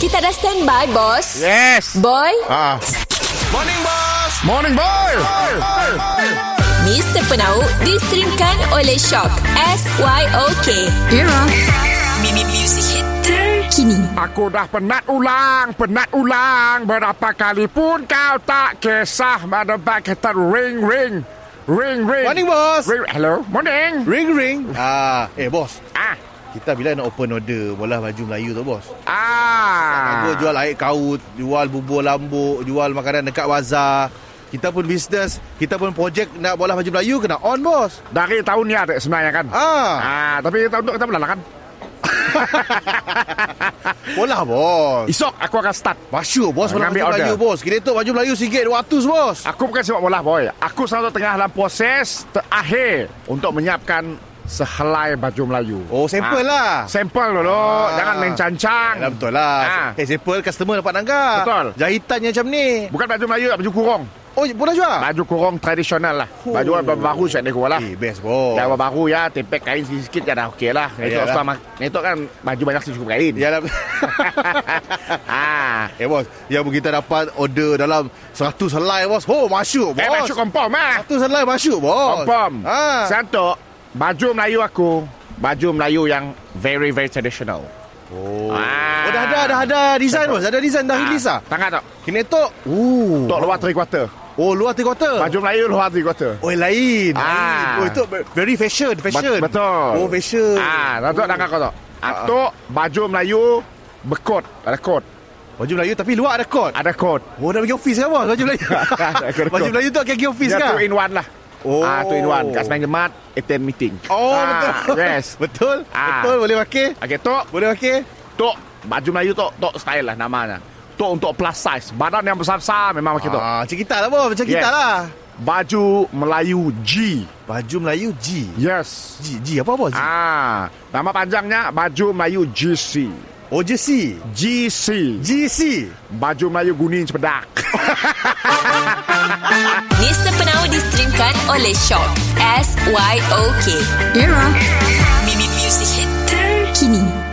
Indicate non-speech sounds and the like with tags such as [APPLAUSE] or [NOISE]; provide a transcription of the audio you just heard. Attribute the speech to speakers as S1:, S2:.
S1: Kita dah standby, bos.
S2: Ya.
S3: Yes.
S1: Boy,
S3: Ah.
S2: Morning Boss
S3: Morning boy.
S1: Mr. Penau distrimkan oleh Shock. S-Y-O-K. Era. Mimi Music Hit terkini.
S3: Aku dah penat ulang, penat ulang berapa kali pun kau tak kisah merebak kita ring ring. Ring ring.
S2: Morning Boss
S3: Ring, hello. Morning.
S2: Ring ring ah, Eh Boss
S3: Ah.
S2: Kita bila nak open order Bola baju Melayu tu Boss
S3: Ah.
S2: Aku jual air kaut Jual bubur lambuk Jual makanan dekat wazar kita pun bisnes Kita pun projek Nak bola baju Melayu Kena on bos
S3: Dari tahun ni ada sebenarnya kan?
S2: Ah,
S3: Ah, tapi tahun tu kita belah kan?
S2: Bola bos
S3: Esok aku akan start.
S2: Masya bos Bola baju
S3: Ambil order. Ah.
S2: Melayu bos Kira tu baju Melayu sikit 200 bos
S3: Aku bukan sepak bola boy. Aku selalu tengah dalam proses terakhir untuk menyiapkan sehelai baju Melayu.
S2: Oh,
S3: Ah.
S2: sampel lah.
S3: Sampel dulu,
S2: Ah.
S3: jangan main cancang.
S2: Yalah, betul lah
S3: Ah.
S2: Eh simple customer dapat nanggap
S3: Betul.
S2: Jahitannya macam ni
S3: Bukan baju Melayu, lah, baju kurung.
S2: Oh pernah jual?
S3: Baju kurung tradisional lah. Baju
S2: Oh.
S3: oh. baru saya dekat lah.
S2: Eh best bos
S3: Dah baru ya, tempek kain sikit-sikit ya dah okey lah. Itu
S2: Yalah.
S3: sama, itu kan baju banyak sih cukup kain. [LAUGHS]
S2: Ya lah
S3: ah.
S2: Eh bos Yang pun kita dapat order dalam 100 helai bos Oh masuk bos
S3: Eh, baju kompom ah.
S2: 100 helai masuk bos
S3: Kompom.
S2: ha.
S3: Satu, baju Melayu aku, baju Melayu yang very very traditional.
S2: oh.
S3: Ah.
S2: oh dah ada dah ada design bos Ada design dah release lah
S3: Tangan Ah. tak?
S2: Kena tok Oh
S3: Tok luar three quarter.
S2: Oh luar tiga quarter
S3: Baju Melayu luar three quarter.
S2: Oh lain
S3: Ah.
S2: lain. Oh itu very fashion Fashion
S3: Bet- betul.
S2: Oh fashion Ah.
S3: Ah, dah tok dah kau tok. Atok baju Melayu berkot, ada kot,
S2: Baju Melayu tapi luar ada kot
S3: ada kot.
S2: Oh nak pergi office kan bos Baju
S3: [LAUGHS]
S2: Melayu
S3: Ada
S2: Baju
S3: kot.
S2: Melayu tu akan pergi office
S3: Dia
S2: kan
S3: two in one lah.
S2: Oh.
S3: Ah, two in one. Kat Semayang Jemaat, attend meeting.
S2: Oh
S3: Ah,
S2: betul
S3: Yes.
S2: [LAUGHS] Betul
S3: Ah.
S2: Betul boleh pakai
S3: Okey, tok,
S2: Boleh pakai
S3: tok baju Melayu tok, tok style lah namanya. Tok untuk plus size. Badan yang besar-besar memang macam tu.
S2: Ah, macam kita lah bos, macam kita
S3: Yes.
S2: lah.
S3: Baju Melayu G.
S2: Baju Melayu G.
S3: Yes.
S2: G G apa bos? Ah.
S3: Ah, nama panjangnya baju Melayu GC.
S2: Oh je C.
S3: GC.
S2: GC.
S3: Baju Melayu Guning Cepedak. [LAUGHS]
S1: Mr. Penau distrimkan oleh Shock. S-Y-O-K. Era. Mimi Music Hit terkini.